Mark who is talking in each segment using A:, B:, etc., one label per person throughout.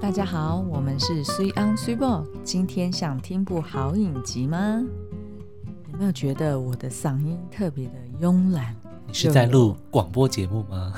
A: 大家好，我们是 Three on Three Ball。今天想听部好影集吗？有没有觉得我的嗓音特别的慵懒？
B: 你是在录广播节目吗？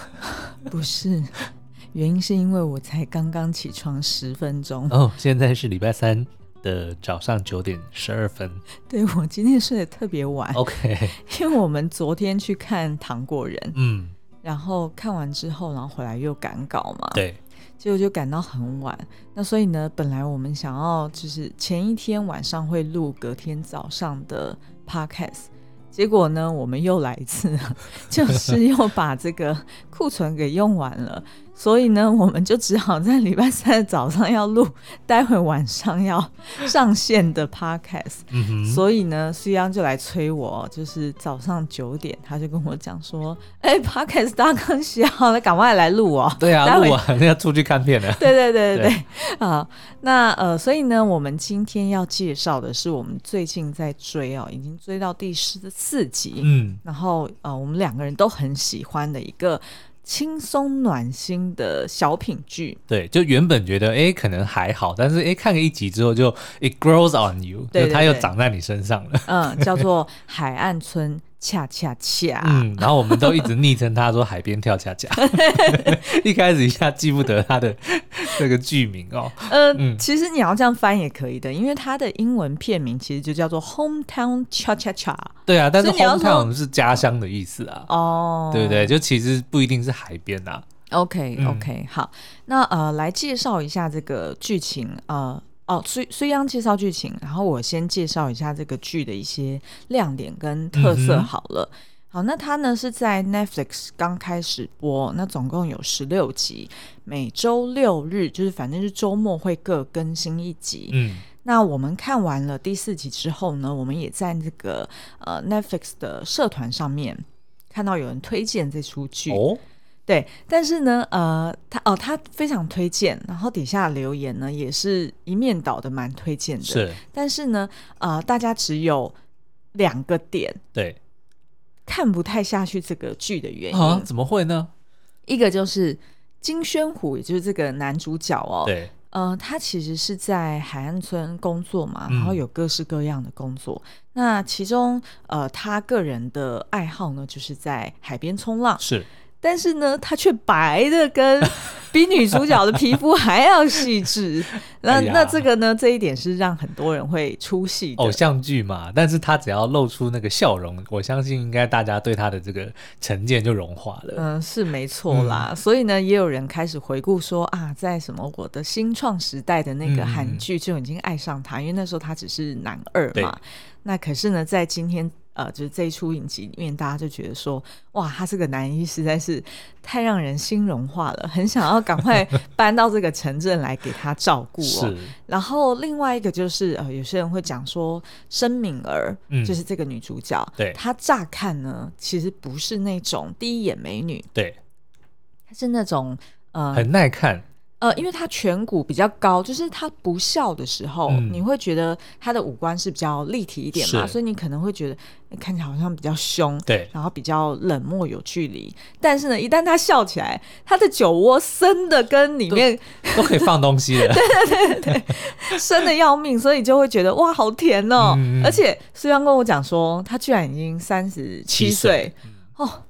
A: 不是， 原因是因为我才刚刚起床十分钟。
B: 哦，现在是礼拜三的早上九点十二分。
A: 对我今天睡得特别晚，
B: 哦 OK，
A: 因为我们昨天去看《糖果人》，
B: 嗯，
A: 然后看完之后，然后回来又赶稿嘛，
B: 对，
A: 结果就赶到很晚。那所以呢，本来我们想要就是前一天晚上会录隔天早上的 podcast，结果呢，我们又来一次了， 就是又把这个库存给用完了。所以呢，我们就只好在礼拜三的早上要录，待会晚上要上线的 podcast。
B: 嗯哼，
A: 所以呢，苏央就来催我，就是早上九点，他就跟我讲说：“哎、p o d c a s t 大纲写好了，赶快来录哦。”
B: 对啊，
A: 待会
B: 录完要出去看片 了。
A: 对对对对对，啊，那呃，所以呢，我们今天要介绍的是我们最近在追哦，已经追到第十四集，
B: 嗯，
A: 然后呃，我们两个人都很喜欢的一个轻松暖心的小品剧，
B: 对，就原本觉得哎、诶可能还好，但是哎、诶看个一集之后就 it grows on you，
A: 对对
B: 就它又
A: 对
B: 长在你身上了。
A: 嗯， 叫做《海岸村恰恰恰》。
B: 嗯，然后我们都一直昵称它说海边跳恰 恰，一开始一下记不得它的 这个剧名哦。
A: 呃，
B: 嗯
A: 其实你要这样翻也可以的，因为它的英文片名其实就叫做《Hometown Cha Cha Cha》
B: 对啊，但是
A: 所以你要说
B: hometown 是家乡的意思啊，
A: 哦，
B: 对不对？就其实不一定是海边啊。
A: OK
B: 嗯
A: OK，、好，那呃，来介绍一下这个剧情，呃。哦，虽虽央介绍剧情，然后我先介绍一下这个剧的一些亮点跟特色
B: 嗯哼
A: 好了。好，那它呢是在 Netflix 刚开始播，那总共有十六集，每周六日就是反正是周末会各更新一集。
B: 嗯，
A: 那我们看完了第四集之后呢，我们也在这个呃 Netflix 的社团上面看到有人推荐这出剧
B: 哦，
A: 对，但是呢，呃，他哦，他非常推荐，然后底下留言呢也是一面倒的，蛮推荐的。，
B: 是
A: 但是呢，呃，大家只有两个点
B: 对
A: 看不太下去这个剧的原因，
B: 啊？怎么会呢？
A: 一个就是金宣虎，也就是这个男主角哦，
B: 对，
A: 呃，他其实是在海岸村工作嘛，
B: 嗯
A: 然后有各式各样的工作。那其中，呃，他个人的爱好呢，就是在海边冲浪。
B: 是
A: 但是呢，他却白的 跟比女主角的皮肤还要细致。那、
B: 哎呀哦
A: 那这个呢，这一点是让很多人会出戏的。
B: 偶像剧嘛，但是他只要露出那个笑容，我相信应该大家对他的这个成见就融化了。
A: 嗯，是没错
B: 嗯
A: 啦。所以呢，也有人开始回顾说啊，在什么我的新创时代的那个
B: 嗯
A: 韩剧就已经爱上他，因为那时候他只是男二
B: 对
A: 嘛。那可是呢，在今天呃，就是这一出影集里面，大家就觉得说，哇，他这个男一实在是太让人心融化了，很想要赶 快搬到这个城镇来给他照顾哦
B: 是。，
A: 然后另外一个就是，呃，有些人会讲说，申敏儿、
B: 嗯
A: 就是这个女主角，
B: 对
A: 她乍看呢，其实不是那种第一眼美女，
B: 对，
A: 她是那种呃
B: 很耐看，
A: 呃，因为她颧骨比较高，就是她不笑的时候，
B: 嗯
A: 你会觉得她的五官是比较立体一点嘛，
B: 是
A: 所以你可能会觉得呃看起来好像比较凶。
B: 对，
A: 然后比较冷漠有距离，但是呢，一旦她笑起来，她的酒窝深的跟里面
B: 都可以放东西 了。
A: 深的要命，所以就会觉得哇，好甜哦！
B: 嗯嗯
A: 而且苏央跟我讲说，他居然已经三十七
B: 七
A: 岁
B: 岁
A: 哦，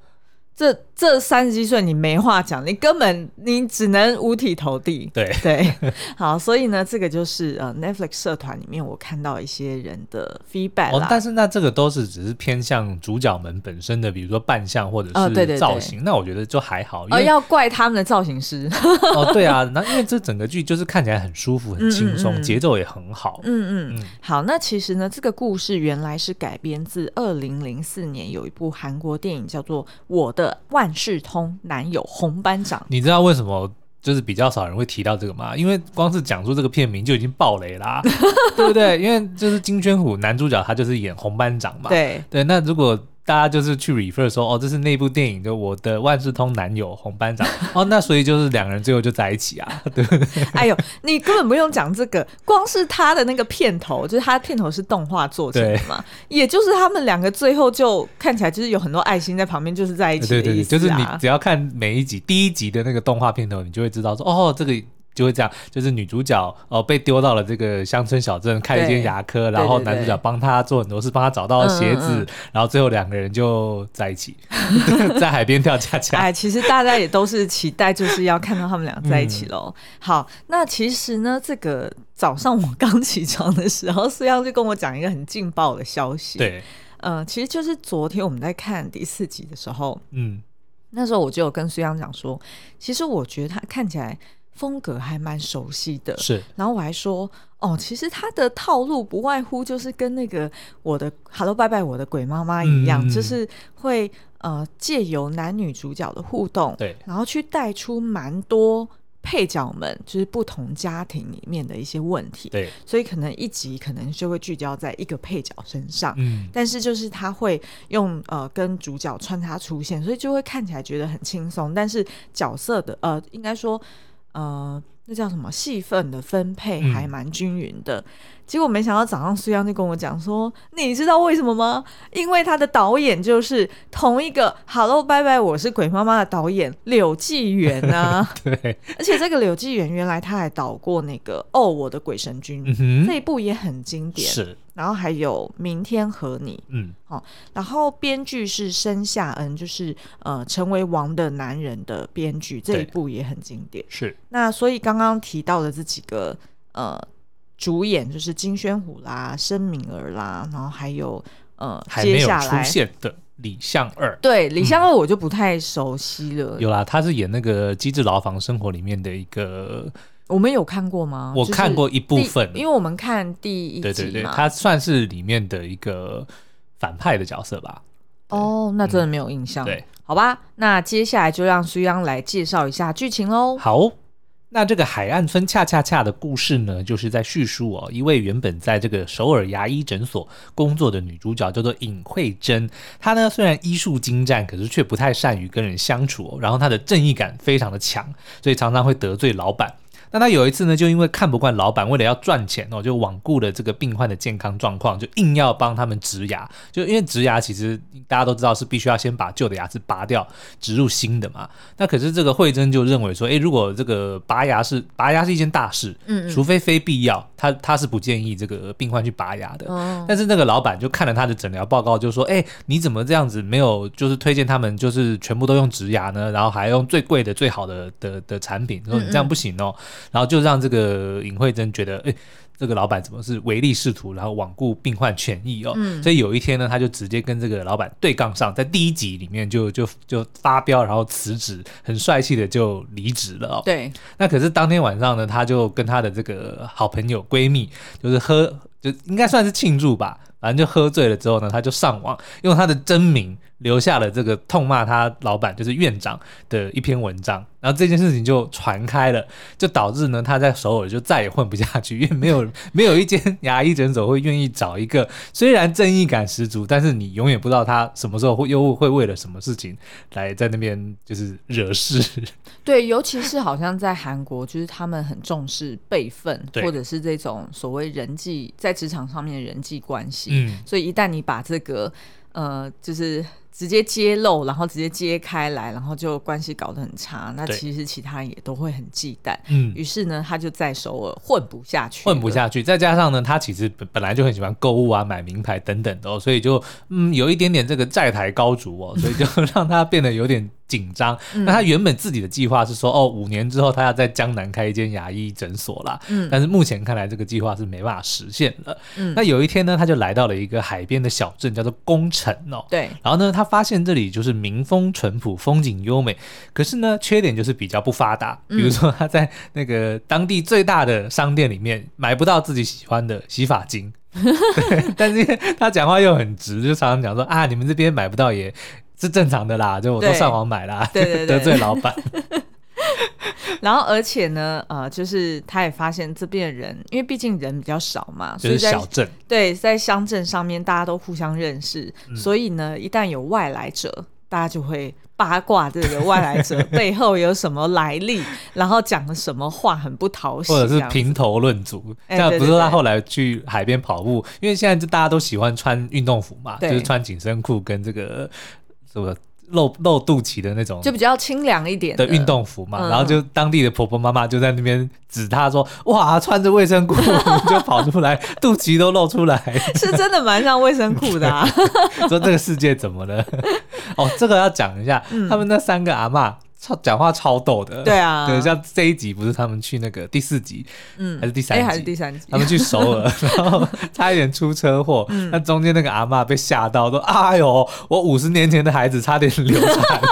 A: 这这三十七岁你没话讲，你根本你只能五体投地。
B: 对，
A: 对， 好，所以呢，这个就是呃 Netflix 社团里面我看到一些人的 feedback
B: 哦
A: 啦，，
B: 但是那这个都是只是偏向主角们本身的，比如说扮相或者
A: 哦对对对
B: 是造型，那我觉得就还好，因
A: 呃
B: 为
A: 要怪他们的造型师，
B: 哦，对啊，那因为这整个剧就是看起来很舒
A: 嗯
B: 服、
A: 嗯
B: 很轻松，
A: 嗯
B: 节奏也很好。
A: 嗯嗯
B: 嗯，
A: 好，那其实呢，这个故事原来是改编自二零零四年有一部韩国电影叫做《我的万事通男友红班长》。
B: 你知道为什么就是比较少人会提到这个吗？因为光是讲出这个片名就已经爆雷啦、 对不对？因为就是金宣虎男主角他就是演红班长嘛。
A: 对，
B: 对，那如果大家就是去 refer 说哦，这是那部电影的我的万事通男友红班长哦，那所以就是两个人最后就在一起啊。对，
A: 哎呦，你根本不用讲这个，光是他的那个片头，就是他片头是动画做成的嘛，也就是他们两个最后就看起来就是有很多爱心在旁边，就是在一起的
B: 对对
A: 意
B: 对，
A: 思
B: 就是你
A: 啊。
B: 只要看每一集第一集的那个动画片头，你就会知道说哦，这个。就会这样，就是女主角哦、被丢到了这个乡村小镇开了一间
A: 对
B: 牙科，然后
A: 对对
B: 男主角
A: 对
B: 帮她做很多事，帮她找到鞋子，
A: 嗯嗯
B: 然后最后两个人就在一起， 在海边跳恰恰。
A: 哎，其实大家也都是期待，就是要看到他们俩在一起
B: 嗯
A: 喽。好，那其实呢，这个早上我刚起床的时候，思阳就跟我讲一个很劲爆的消息。，
B: 对，
A: 呃，其实就是昨天我们在看第四集的时候，
B: 嗯，
A: 那时候我就有跟苏央讲说，其实我觉得他看起来风格还蛮熟悉的。
B: 是
A: 然后我还说，哦，其实他的套路不外乎就是跟那个我的《Hello 拜拜》我的鬼妈妈一样，
B: 嗯
A: 就是会呃借由男女主角的互动，
B: 对，
A: 然后去带出蛮多配角们就是不同家庭里面的一些问题，
B: 对，
A: 所以可能一集可能就会聚焦在一个配角身上。
B: 嗯，
A: 但是就是他会用呃跟主角穿插出现，所以就会看起来觉得很轻松。但是角色的呃，应该说呃，那叫什么戏份的分配
B: 嗯
A: 还蛮均匀的。结果没想到早上苏央就跟我讲说：“你知道为什么吗？因为他的导演就是同一个《Hello 拜拜，我是鬼妈妈》的导演柳纪元 啊，
B: 对，
A: 而且这个柳纪元原来他还导过那个《哦我的鬼神君》
B: 嗯哼
A: 这，一部也很经典，
B: 是，
A: 然后还有《明天和你》。
B: 嗯，
A: 然后编剧是申夏恩，就是呃成为王的男人的编剧，这
B: 对
A: 一部也很经典。
B: 是，
A: 那所以刚刚提到的这几个呃主演就是金宣虎啦、申敏儿啦，然后还有呃
B: 还
A: 接
B: 没有
A: 下
B: 出
A: 来
B: 现的李相二。
A: 对李相二我就不太熟悉了，
B: 有啦，他是演那个《机智牢房生活》里面的一个，
A: 我们有看过吗？
B: 我
A: 就是
B: 看过一部
A: 第
B: 分，
A: 因为我们看第一集嘛。
B: 对对对，他算是里面的一个反派的角色吧。
A: 哦，那真的没有印象。
B: 嗯对，
A: 好吧，那接下来就让苏央来介绍一下剧情喽。
B: 好，那这个海岸村恰恰恰的故事呢，就是在叙述哦，一位原本在这个首尔牙医诊所工作的女主角叫做尹慧珍，她呢虽然医术精湛，可是却不太善于跟人相处、哦，然后她的正义感非常的强，所以常常会得罪老板。那她有一次呢，就因为看不惯老板，为了要赚钱哦，就罔顾了这个病患的健康状况，就硬要帮他们植牙。就因为植牙其实大家都知道是必须要先把旧的牙齿拔掉，植入新的嘛。那可是这个慧珍就认为说，诶，如果这个拔牙是拔牙是一件大事，
A: 嗯嗯
B: 除非非必要，她她是不建议这个病患去拔牙的。
A: 嗯，
B: 但是那个老板就看了他的诊疗报告，就说：“哎、你怎么这样子？没有就是推荐他们就是全部都用植牙呢？然后还用最贵的、最好的的的产品，说你这样不行哦。然后就让这个尹慧珍觉得，哎、这个老板怎么是唯利是图，然后罔顾病患权益哦。所以有一天呢，他就直接跟这个老板对杠上，在第一集里面就就就发飙，然后辞职，很帅气的就离职了哦。
A: 对，
B: 那可是当天晚上呢，她就跟她的这个好朋友闺蜜，就是喝，就应该算是庆祝吧，反正就喝醉了之后呢，她就上网用她的真名留下了这个痛骂她老板就是院长的一篇文章，然后这件事情就传开了，就导致呢她在首尔就再也混不下去，因 为没有没有一间牙医诊所会愿意找一个虽然正义感十足，但是你永远不知道他什么时候会又会为了什么事情来在那边就是惹事，
A: 对，尤其是好像在韩国，就是他们很重视辈分，
B: 对
A: 或者是这种所谓人际在职场上面的人际关系。
B: 嗯。
A: 所以一旦你把这个呃，就是直接揭露，然后直接揭开来，然后就关系搞得很差，那
B: 对
A: 其实其他人也都会很忌惮。
B: 嗯，
A: 于是呢，他就在首尔混不下去，
B: 混不。下去，再加上呢，他其实本本来就很喜欢购物啊、买名牌等等的、哦，所以就嗯有一点点这个债台高筑哦， 所以就让他变得有点紧张。
A: 嗯
B: 那他原本自己的计划是说，哦，五年之后他要在江南开一间牙医诊所啦，
A: 嗯
B: 但是目前看来这个计划是没办法实现了。
A: 嗯
B: 那有一天呢，他就来到了一个海边的小镇，叫做宫城哦，
A: 对，
B: 然后呢，他发现这里就是民风淳朴，风景优美，可是呢，缺点就是比较不发达。
A: 嗯
B: 比如说，他在那个当地最大的商店里面买不到自己喜欢的洗发精， 对，但是因为他讲话又很直，就常常讲说啊，你们这边买不到也是正常的啦，就我都
A: 对
B: 上网买啦，
A: 对对对
B: 得罪 老板，
A: 然后而且呢，呃，就是他也发现这边的人，因为毕竟人比较少嘛，
B: 就
A: 所以
B: 是
A: 在
B: 小镇，
A: 对，在乡镇上面大家都互相认识，
B: 嗯
A: 所以呢，一旦有外来者，大家就会八卦这个外来者背后有什么来历，然后讲了什么话很不讨喜，
B: 或者
A: 这
B: 是
A: 样
B: 评头论足。
A: 哎
B: 像
A: 对
B: 不是说
A: 对
B: 他
A: 对
B: 后来去海边跑步，因为现在就大家都喜欢穿运动服嘛，就
A: 对
B: 是穿紧身裤跟这个什么露露肚脐的那种
A: 就比较清凉一点
B: 的运动服嘛，
A: 嗯
B: 然后就当地的婆婆妈妈就在那边指她说：“哇，穿着卫生裤 就跑出来，肚脐都露出来，
A: 是真的蛮像卫生裤的、啊。
B: 说这个世界怎么了？” 哦，这个要讲一下，他们那三个阿嬷超讲话超逗的，
A: 嗯对啊
B: 对，像这一集不是他们去那个第四集，
A: 嗯
B: 还是第
A: 哎、
B: 三集，
A: 还是第三集
B: 他，们去首 尔，然后差一点出车祸。
A: 嗯
B: 那中间那个阿嬷被吓到，说：“哎呦，我五十年前的孩子差点流产。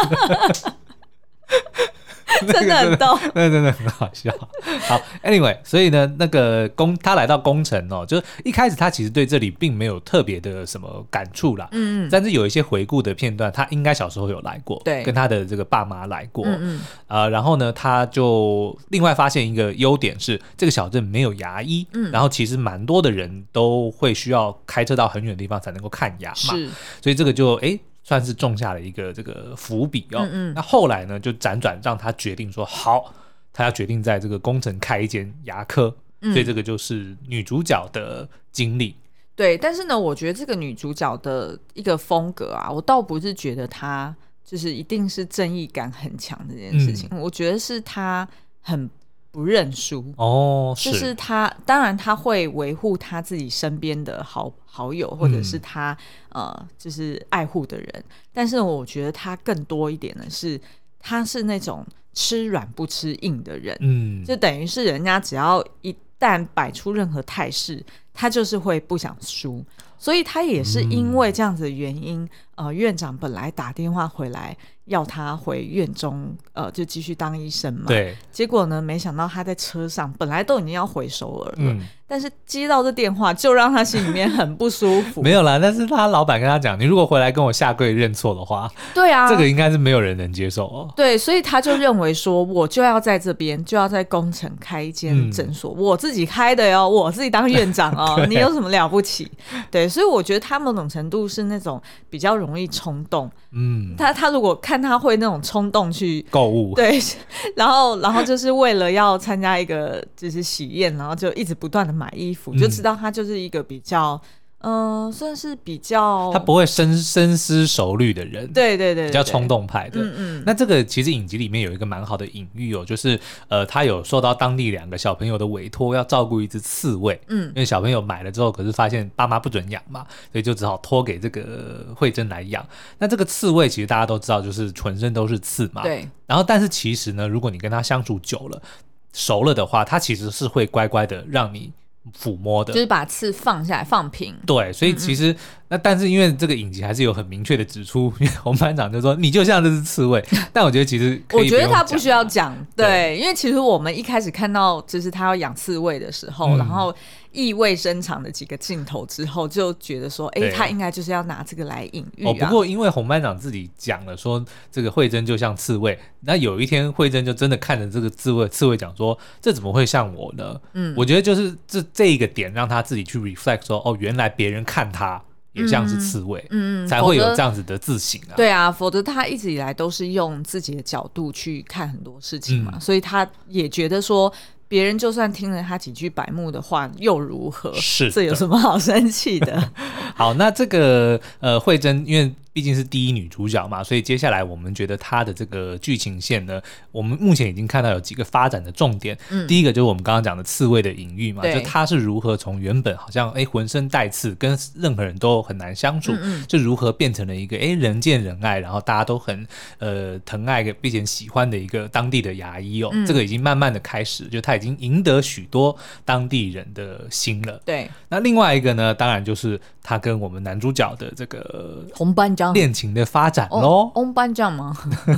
B: 那个”
A: 真的很逗。
B: 那真的很好笑。 好，anyway，所以呢，那个宫他来到宫城哦，就是一开始他其实对这里并没有特别的什么感触啦，
A: 嗯嗯
B: 但是有一些回顾的片段，他应该小时候有来过，
A: 对
B: 跟他的这个爸妈来过，
A: 嗯嗯，
B: 呃，然后呢，他就另外发现一个优点是，这个小镇没有牙医，
A: 嗯
B: 然后其实蛮多的人都会需要开车到很远的地方才能够看牙嘛，
A: 是
B: 所以这个就诶算是种下了一个这个伏笔哦。
A: 嗯嗯
B: 那后来呢，就辗转让他决定说好，他要决定在这个工程开一间牙科，
A: 嗯
B: 所以这个就是女主角的经历。
A: 对。但是呢，我觉得这个女主角的一个风格啊，我倒不是觉得她就是一定是正义感很强这件事
B: 嗯
A: 情，我觉得是她很不认输。
B: 哦，是，
A: 就是他，当然他会维护他自己身边的好好友，或者是他、呃，就是爱护的人。但是我觉得他更多一点的是，他是那种吃软不吃硬的人，
B: 嗯，
A: 就等于是人家只要一旦摆出任何态势，他就是会不想输。所以他也是因为这样子的原因，呃，院长本来打电话回来要他回院中，呃，就继续当医生嘛。
B: 对，
A: 结果呢，没想到他在车上，本来都已经要回首尔了，
B: 嗯。
A: 但是接到这电话就让他心里面很不舒服。
B: 没有啦，但是他老板跟他讲，你如果回来跟我下跪认错的话，
A: 对啊，
B: 这个应该是没有人能接受哦。
A: 对，所以他就认为说，我就要在这边，就要在工程开一间
B: 嗯，
A: 诊所，我自己开的哟，我自己当院长哦 你有什么了不起？对，所以我觉得他某种程度是那种比较容易冲动。
B: 嗯，
A: 他他如果看他会那种冲动去
B: 购物，
A: 对， 然后然后就是为了要参加一个就是喜宴，然后就一直不断的买衣服，
B: 嗯
A: 就知道他就是一个比较，嗯、算是比较，
B: 他不会深深思熟虑的人，，
A: 对对对对，
B: 比较冲
A: 动，
B: 动派的。
A: 嗯嗯，
B: 那这个其实影集里面有一个蛮好的隐喻哦，就是呃，他有受到当地两个小朋友的委托，要照顾一只刺猬。
A: 嗯
B: 因为小朋友买了之后，可是发现爸妈不准养嘛，所以就只好托给这个慧珍来养。那这个刺猬其实大家都知道，就是浑身都是刺嘛。。
A: 对，
B: 然后，但是其实呢，如果你跟它相处久了、熟了的话，它其实是会乖乖的让你抚摸的
A: 就。是把嗯刺放下来放平，
B: 对，所以其实那但是因为这个影集还是有很明确的指出， 因为红班长就说你就像这只刺猬，但我觉得其实可以
A: 我觉得
B: 用
A: 他不
B: 讲
A: 需要讲，
B: 对
A: 对，因为其实我们一开始看到就是他要养刺猬的时候，
B: 嗯
A: 然后意味深长的几个镜头之后，就觉得说，哎、
B: 对
A: 他应该就是要拿这个来隐喻
B: 哦，
A: 啊。
B: 不过因为红班长自己讲了说，这个慧珍就像刺猬。那有一天，慧珍就真的看着这个刺猬，刺猬讲说：“这怎么会像我呢？”
A: 嗯
B: 我觉得就是这这一个点让他自己去 reflect 说：“哦，原来别人看他也像是刺猬，
A: 嗯嗯
B: 才会有
A: 否则
B: 这样子的自省啊。”
A: 对啊，否则他一直以来都是用自己的角度去看很多事情嘛，
B: 嗯
A: 所以他也觉得说，别人就算听了他几句白目的话又如何？
B: 是
A: 这有
B: 的
A: 什么好生气 的？
B: 好，那这个呃，慧珍因为毕竟是第一女主角嘛，所以接下来我们觉得她的这个剧情线呢，我们目前已经看到有几个发展的重点。
A: 嗯
B: 第一个就是我们刚刚讲的刺猬的隐喻嘛，
A: 对
B: 就她是如何从原本好像哎浑身带刺，跟任何人都很难相处，
A: 嗯
B: 就如何变成了一个哎人见人爱，然后大家都很呃疼爱并且喜欢的一个当地的牙医
A: 嗯
B: 哦。这个已经慢慢的开始，就她已经赢得许多当地人的心了。
A: 对，
B: 那另外一个呢，当然就是他跟我们男主角的这个
A: 红班长，
B: 恋情的发展
A: 哦
B: 喽，。
A: 红班长吗？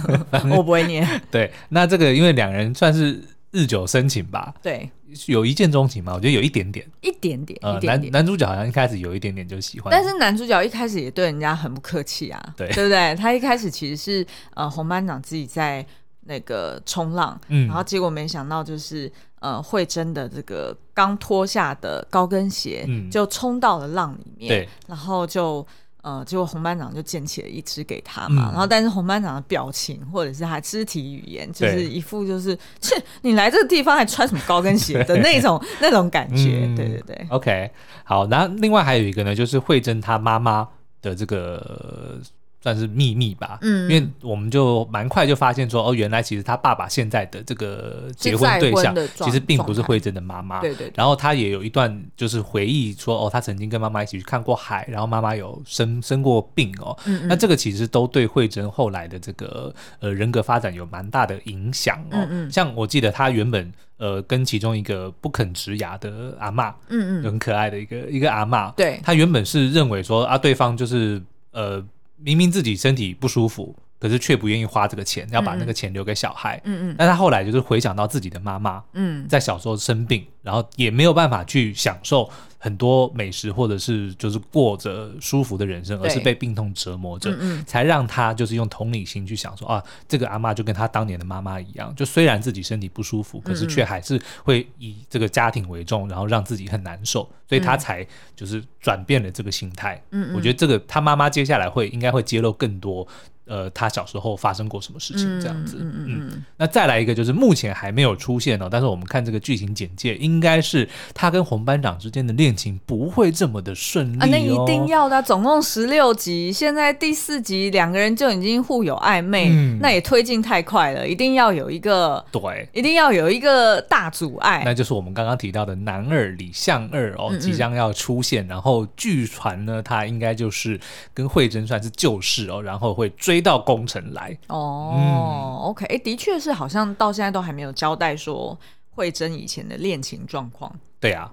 A: 我不会念。
B: 对，那这个因为两人算是日久生情吧，
A: 对，
B: 有一见钟情嘛，我觉得有一点点。
A: 一点点，
B: 呃
A: 一，点
B: 男
A: 点。
B: 男主角好像一开始有一点点就喜欢，
A: 但是男主角一开始也对人家很不客气啊，
B: 对
A: 不对？他一开始其实是呃红班长自己在那个冲浪，
B: 嗯
A: 然后结果没想到就是呃慧珍的这个刚脱下的高跟鞋，
B: 嗯
A: 就冲到了浪里面，
B: 对，
A: 然后就。呃，结果红班长就捡起了一只给他嘛，
B: 嗯
A: 然后但是红班长的表情或者是他肢体语言，就
B: 对
A: 是一副就是切你来这个地方还穿什么高跟鞋的那 种那种感觉，
B: 嗯
A: 对对对，
B: OK，好，那另外还有一个呢，就是慧珍她妈妈的这个呃算是秘密吧，
A: 嗯
B: 因为我们就蛮快就发现说，哦，原来其实他爸爸现在的这个结
A: 是再
B: 婚对
A: 婚
B: 象
A: 的
B: 其
A: 状
B: 实并不是
A: 状态
B: 慧珍的妈妈，
A: 对对对，
B: 然后他也有一段就是回忆说，哦，他曾经跟妈妈一起去看过海，然后妈妈有生生过病哦。
A: 嗯嗯
B: 那这个其实都对慧珍后来的这个呃人格发展有蛮大的影响哦。
A: 嗯嗯
B: 像我记得她原本呃跟其中一个不肯植牙的阿嬷，
A: 嗯嗯，
B: 很可爱的一个一个阿嬷，
A: 对
B: 她原本是认为说啊对方就是呃明明自己身体不舒服，可是却不愿意花这个钱，要把那个钱留给小孩。
A: 嗯嗯
B: 但她后来就是回想到自己的妈妈，
A: 嗯，
B: 在小时候生病，然后也没有办法去享受很多美食，或者是就是过着舒服的人生，而
A: 对
B: 是被病痛折磨着，
A: 嗯嗯
B: 才让他就是用同理心去想说啊，这个阿嬷就跟她当年的妈妈一样，就虽然自己身体不舒服，可是
A: 嗯
B: 却还是会以这个家庭为重，然后让自己很难受，所以他才就是转变了这个心态。
A: 嗯嗯嗯
B: 我觉得这个他妈妈接下来会应该会揭露更多。呃，他小时候发生过什么事情？这样子，
A: 嗯嗯嗯嗯，
B: 那再来一个就是目前还没有出现哦，但是我们看这个剧情简介，应该是他跟红班长之间的恋情不会这么的顺利、哦
A: 啊，那一定。要的啊、总共十六集，现在第四集两个人就已经互有暧昧，
B: 嗯
A: 那也推进太快了，一定要有一个，
B: 对，
A: 一定要有一个大阻碍。
B: 那就是我们刚刚提到的男二李相二哦，
A: 嗯嗯
B: 即将要出现。然后据传呢，他应该就是跟慧珍算是旧识哦，然后会追到宫城来。
A: 哦、o k 哎、的确是，好像到现在都还没有交代说慧珍以前的恋情状况。
B: 对啊。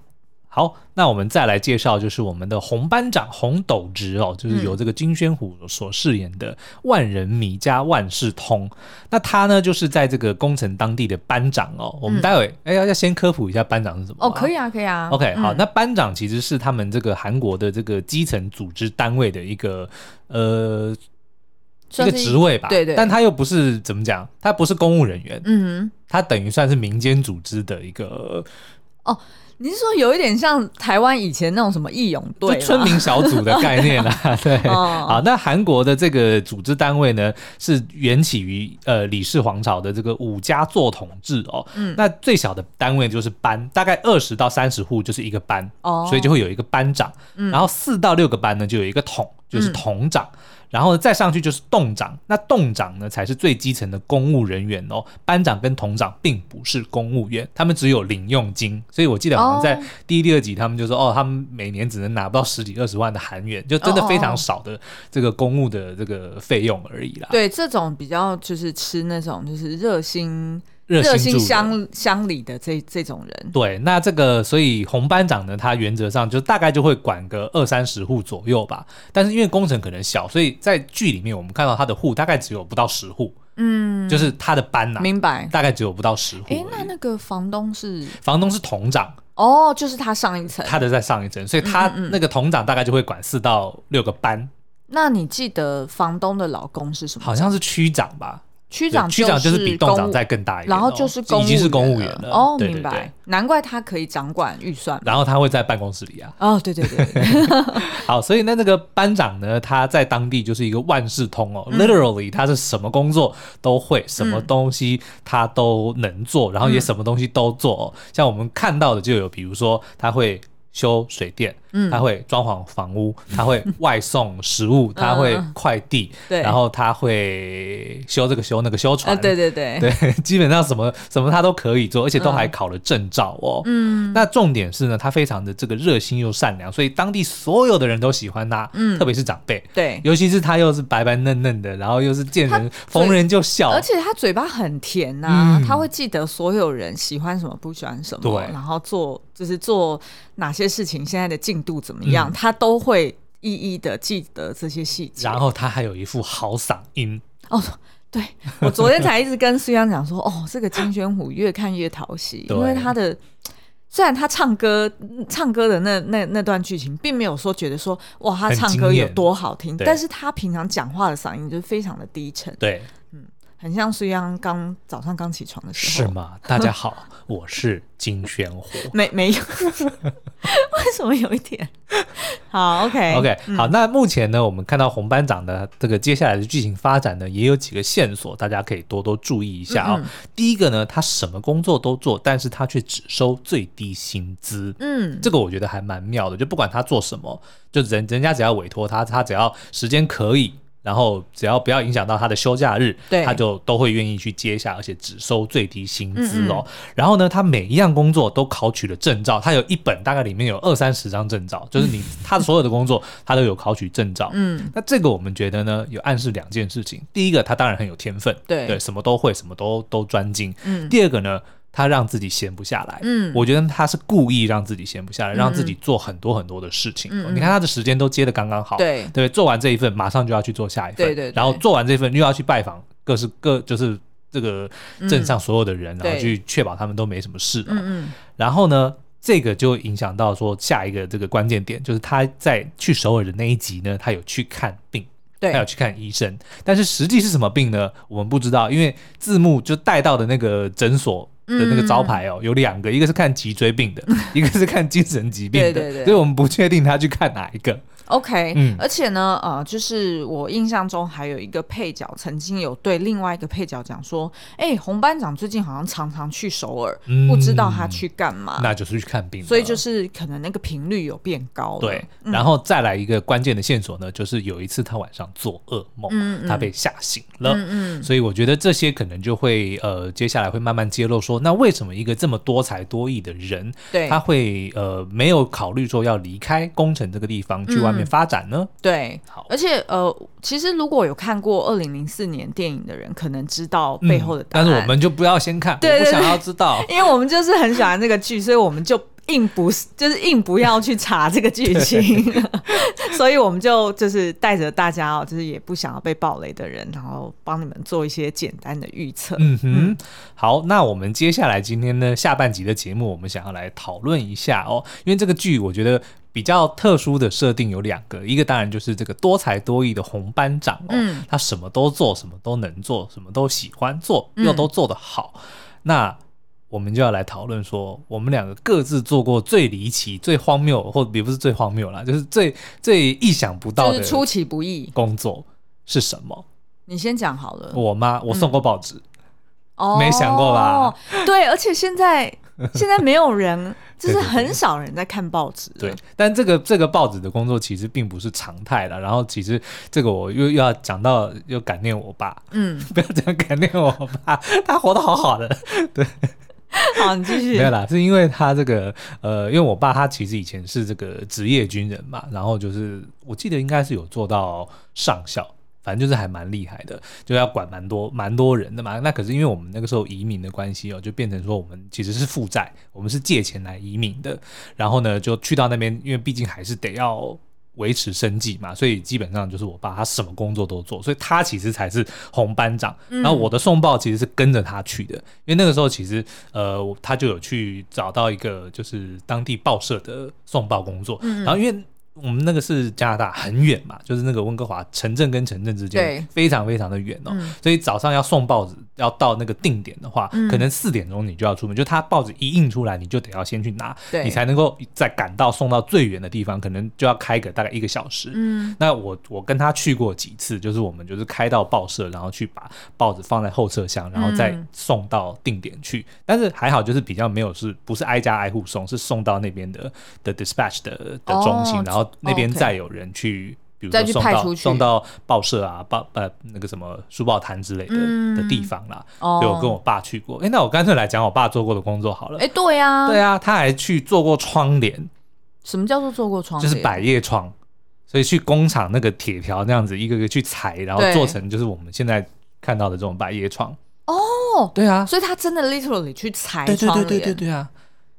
B: 好，那我们再来介绍，就是我们的红班长红斗直哦，
A: 嗯
B: 就是由这个金宣虎所饰演的万人迷加万事通。那他呢，就是在这个工程当地的班长哦。我们待会哎、要要先科普一下班长是什么
A: 嗯哦，
B: 吗
A: 可以啊，可以啊。
B: OK，好，
A: 嗯
B: 那班长其实是他们这个韩国的这个基层组织单位的一个呃一
A: 算
B: 个
A: 是
B: 职位吧，
A: 对对
B: 但他又不是怎么讲，他不是公务人员，
A: 嗯
B: 他等于算是民间组织的一个
A: 哼，你是说有一点像台湾以前那种什么义勇队吗
B: 就村民小组的概念 啦，对。
A: 哦
B: 好，那韩国的这个组织单位呢，是缘起于呃李氏皇朝的这个五家座统制哦。
A: 嗯
B: 那最小的单位就是班，大概二十到三十户就是一个班，
A: 哦
B: 所以就会有一个班长。
A: 嗯
B: 然后四到六个班呢，就有一个统，就是统长。然后再上去就是栋长，那栋长呢才是最基层的公务人员哦。班长跟统长并不是公务员，他们只有领用金，所以我记得好像在
A: 哦
B: 第一、第二集，他们就说哦，他们每年只能拿不到十几、二十万的韩元，就真
A: 哦
B: 的非常少的这个公务的这个费用而已啦。
A: 对这种比较就是吃那种就是热心
B: 热
A: 热心
B: 心助人
A: 乡乡里的这这种人，
B: 对，那这个所以红班长呢，他原则上就大概就会管个二三十户左右吧。但是因为工程可能小，所以在剧里面我们看到他的户大概只有不到十户，
A: 嗯，
B: 就是他的班呐、
A: 明白。
B: 大概只有不到十户而已。
A: 诶，那那个房东是
B: 房东是同长，
A: 哦，就是他上一层。
B: 他的在上一层，所以
A: 嗯
B: 他那个同长大概就会管四到六个班，
A: 那你记得房东的老公是什么？
B: 好像是区长吧？
A: 区长
B: 对区长就是比栋
A: 公
B: 长
A: 务
B: 再更大一点哦、
A: 然后就是公务
B: 已经是公务员
A: 员
B: 了。
A: 哦，
B: 对
A: 明
B: 对对
A: 白，难怪他可以掌管预算。
B: 然后他会在办公室里啊，
A: 哦，对对对对， 对
B: 好，所以那那个班长呢，他在当地就是一个万事通哦、l
A: 嗯
B: i t e r a l l y 他是什么工作都会，什么东西他都能
A: 嗯
B: 做，然后也什么东西都做、哦。像我们看到的就有，比如说他会。修水电，
A: 嗯
B: 他会装潢房屋，他会外送食 物，他会快递，
A: 对
B: 然后他会修这个修那个修船，
A: 啊，对对 对，
B: 对，基本上什么什么他都可以做，而且都还考了证照哦。嗯，那重点是呢，他非常的这个热心又善良，所以当地所有的人都喜欢他，
A: 嗯
B: 特别是长辈，
A: 对，
B: 尤其是他又是白白嫩嫩的，然后又是见人逢人就笑，
A: 而且他嘴巴很甜呐、
B: 哦嗯
A: 他会记得所有人喜欢什么、不喜欢什么，
B: 对
A: 然后做就是做哪些事情，现在的进度怎么样，他都会一一的记得这些细节。
B: 嗯然后他还有一副好嗓音，
A: 哦，对我昨天才一直跟苏央讲说，哦，这个金宣虎越看越讨喜，
B: 对
A: 因为他的。虽然他唱歌，唱歌的那那那段剧情，并没有说觉得说哇，他
B: 很
A: 唱
B: 惊
A: 歌有
B: 艳
A: 多好听，
B: 对
A: 但是他平常讲话的嗓音就是非常的低沉，
B: 对，
A: 很像苏央刚早上刚起床的时
B: 是
A: 候。
B: 吗？大家好，我是金宣虎。
A: 没没有， 为什么有一点？好，OK 嗯
B: OK，好，那目前呢，我们看到红班长的这个接下来的剧情发展呢，也有几个线索，大家可以多多注意一下哦。
A: 嗯嗯
B: 第一个呢，他什么工作都做，但是他却只收最低薪资。
A: 嗯，
B: 这个我觉得还蛮妙的，就不管他做什么，就人人家只要委托他，他只要时间可以，然后只要不要影响到他的休假日，
A: 对
B: 他就都会愿意去接下，而且只收最低薪资
A: 嗯
B: 哦。然后呢，他每一样工作都考取了证照，他有一本大概里面有二三十张证照，就是 你他所有的工作他都有考取证照，
A: 嗯，
B: 那这个我们觉得呢，有暗示两件事情。第一个，他当然很有天分，
A: 对
B: 什么都会，什么都都专精。
A: 嗯
B: 第二个呢，他让自己闲不下来。
A: 嗯
B: 我觉得他是故意让自己闲不下来，
A: 嗯
B: 让自己做很多很多的事情。
A: 嗯嗯
B: 你看他的时间都接的刚刚好，
A: 对
B: 对，做完这一份马上就要去做下一份，
A: 对对对
B: 然后做完这份又要去拜访各式各就是这个镇上所有的人，然
A: 嗯
B: 后
A: 对
B: 去确保他们都没什么事、哦。
A: 嗯
B: 然后呢，这个就影响到说下一个这个关键点，就是他在去首尔的那一集呢，他有去看病，
A: 对
B: 他有去看医生，但是实际是什么病呢？我们不知道，因为字幕就带到的那个诊所。
A: 嗯
B: 的那个招牌哦，有两个，一个是看脊 椎病的，一个是看精神疾病的，
A: 对对对
B: 所以我们不确定他去看哪一个。
A: OK，
B: 嗯
A: 而且呢，呃，就是我印象中还有一个配角曾经有对另外一个配角讲说：“哎、洪班长最近好像常常去首尔，
B: 嗯
A: 不知道他去干嘛。
B: 那就是去看病了，
A: 啊所以就是可能那个频率有变高了。嗯
B: 对，然后再来一个关键的线索呢，就是有一次他晚上做噩梦，
A: 嗯嗯
B: 他被吓醒了。
A: 嗯
B: 所以我觉得这些可能就会呃，接下来会慢慢揭露说，那为什么一个这么多才多艺的人，
A: 对
B: 他会呃没有考虑说要离开工程这个地方去外
A: 嗯
B: 面发展呢？
A: 对
B: 好，
A: 而且呃，其实如果有看过二零零四年电影的人，可能知道背后的答
B: 嗯但
A: 案。
B: 是我们就不要先看，
A: 对
B: 我不
A: 对
B: 想
A: 对
B: 要知道。
A: 因为我们就是很喜欢这个剧，所以我们就硬不就是硬不要去查这个剧情， 所以我们就就是带着大家哦，就是也不想要被暴雷的人，然后帮你们做一些简单的预测。
B: 嗯哼，好，那我们接下来今天呢下半集的节目，我们想要来讨论一下哦，因为这个剧我觉得比较特殊的设定有两个，一个当然就是这个多才多艺的红班长哦，
A: 嗯
B: 他什么都做，什么都能做，什么都喜欢做，
A: 嗯
B: 又都做得好，那。我们就要来讨论说，我们两个各自做过最离奇、最荒谬，或也不是最荒谬啦，就是最最意想不到
A: 就
B: 的
A: 是出其不意，
B: 工作是什么？
A: 你先讲好了。
B: 我妈，
A: 嗯
B: 我送过报纸，
A: 哦
B: 没想过吧？
A: 对，而且现 在现在没有人，就
B: 对
A: 是
B: 对对
A: 很少人在看报纸。
B: 对，，但这个这个报纸的工作其实并不是常态了。然后其实这个我又又要讲到，又感念我爸，
A: 嗯，
B: 不要这样感念我爸，他活得好好的。
A: 好，你继续
B: 没。有啦，是因为他这个呃，因为我爸他其实以前是这个职业军人嘛，然后就是我记得应该是有做到上校。反正就是还蛮厉害的，就要管蛮多蛮多人的嘛。那可是因为我们那个时候移民的关系哦，就变成说我们其实是负债，我们是借钱来移民的。然后呢，就去到那边，因为毕竟还是得要维持生计嘛，所以基本上就是我爸他什么工作都做，所以他其实才是红班长。然后我的送报其实是跟着他去的，因为那个时候其实呃，我他就有去找到一个就是当地报社的送报工作，然后因为。我们那个是加拿大很远嘛，就是那个温哥华城镇跟城镇之间
A: 对
B: 非常非常的远哦，
A: 嗯
B: 所以早上要送报纸要到那个定点的话，
A: 嗯
B: 可能四点钟你就要出门，就他报纸一印出来，你就得要先去拿，
A: 对
B: 你才能够再赶到送到最远的地方，可能就要开个大概一个小时。
A: 嗯，
B: 那我我跟他去过几次，就是我们就是开到报社，然后去把报纸放在后车厢，然后再
A: 嗯
B: 送到定点去。但是还好，就是比较没有是不是挨家挨户送，是送到那边的的 dispatch 的的中心，
A: 哦
B: 然后那边
A: OK
B: 再有人去。比如
A: 再去
B: 说送
A: 派
B: 到
A: 出去
B: 送到报社啊，报呃那个什么书报摊之类的、的地方啦，
A: 哦
B: 所以我跟我爸去过。哎、那我干脆来讲我爸做过的工作好了。
A: 哎，对呀，
B: 对，啊，他还去做过窗帘，
A: 什么叫做做过窗
B: 就
A: 帘？
B: 是百叶窗，所以去工厂那个铁条那样子一个个去裁，然后
A: 对
B: 做成就是我们现在看到的这种百叶窗。
A: 哦，
B: 对啊，
A: 所以他真的 literally 去裁
B: 对对
A: 窗
B: 对
A: 帘，
B: 对对对啊。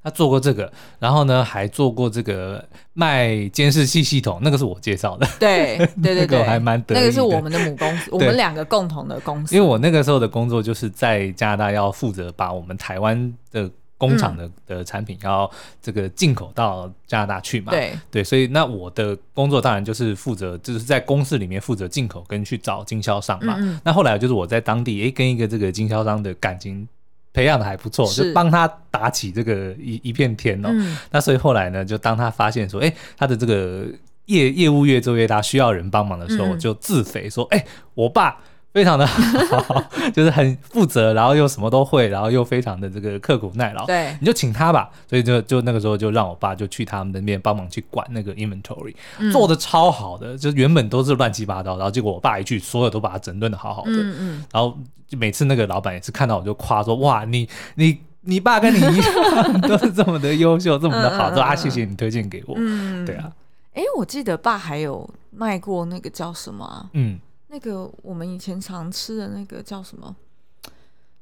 B: 他做过这个，然后呢，还做过这个卖监视器系统，那个是我介绍的，
A: 对对对
B: 那
A: 对，
B: 个我还蛮得意的
A: 那个是我们的母公司，我们两个共同的公司。
B: 因为我那个时候的工作就是在加拿大要负责把我们台湾的工厂
A: 嗯
B: 的、的产品要这个进口到加拿大去嘛，
A: 对
B: 对，所以那我的工作当然就是负责，就是在公司里面负责进口跟去找经销商嘛。
A: 嗯嗯
B: 那后来就是我在当地诶跟一个这个经销商的感情培养的还不错，就是帮他打起这个一一片天哦。
A: 嗯
B: 那所以后来呢，就当他发现说，诶，他的这个业业务越做越大，需要人帮忙的时
A: 嗯
B: 候，
A: 嗯
B: 哎我就自肥说，诶，我爸。非常的好， 就是很负责，然后又什么都会，然后又非常的这个刻苦耐劳。
A: 对，
B: 你就请他吧，所以就就那个时候就让我爸就去他们那边帮忙去管那个 inventory，、做的
A: 嗯
B: 超好的，就原本都是乱七八糟，然后结果我爸一去，所有都把它整顿的好好的，
A: 嗯嗯，
B: 然后就每次那个老板也是看到我就夸说，哇，你你你爸跟你一样 都是这么的优秀，这么的好，
A: 嗯嗯
B: 说啊
A: 嗯
B: 谢谢你推荐给我，
A: 嗯
B: 对啊，
A: 哎、我记得爸还有卖过那个叫什么啊、
B: 嗯，
A: 那个我们以前常吃的那个叫什么？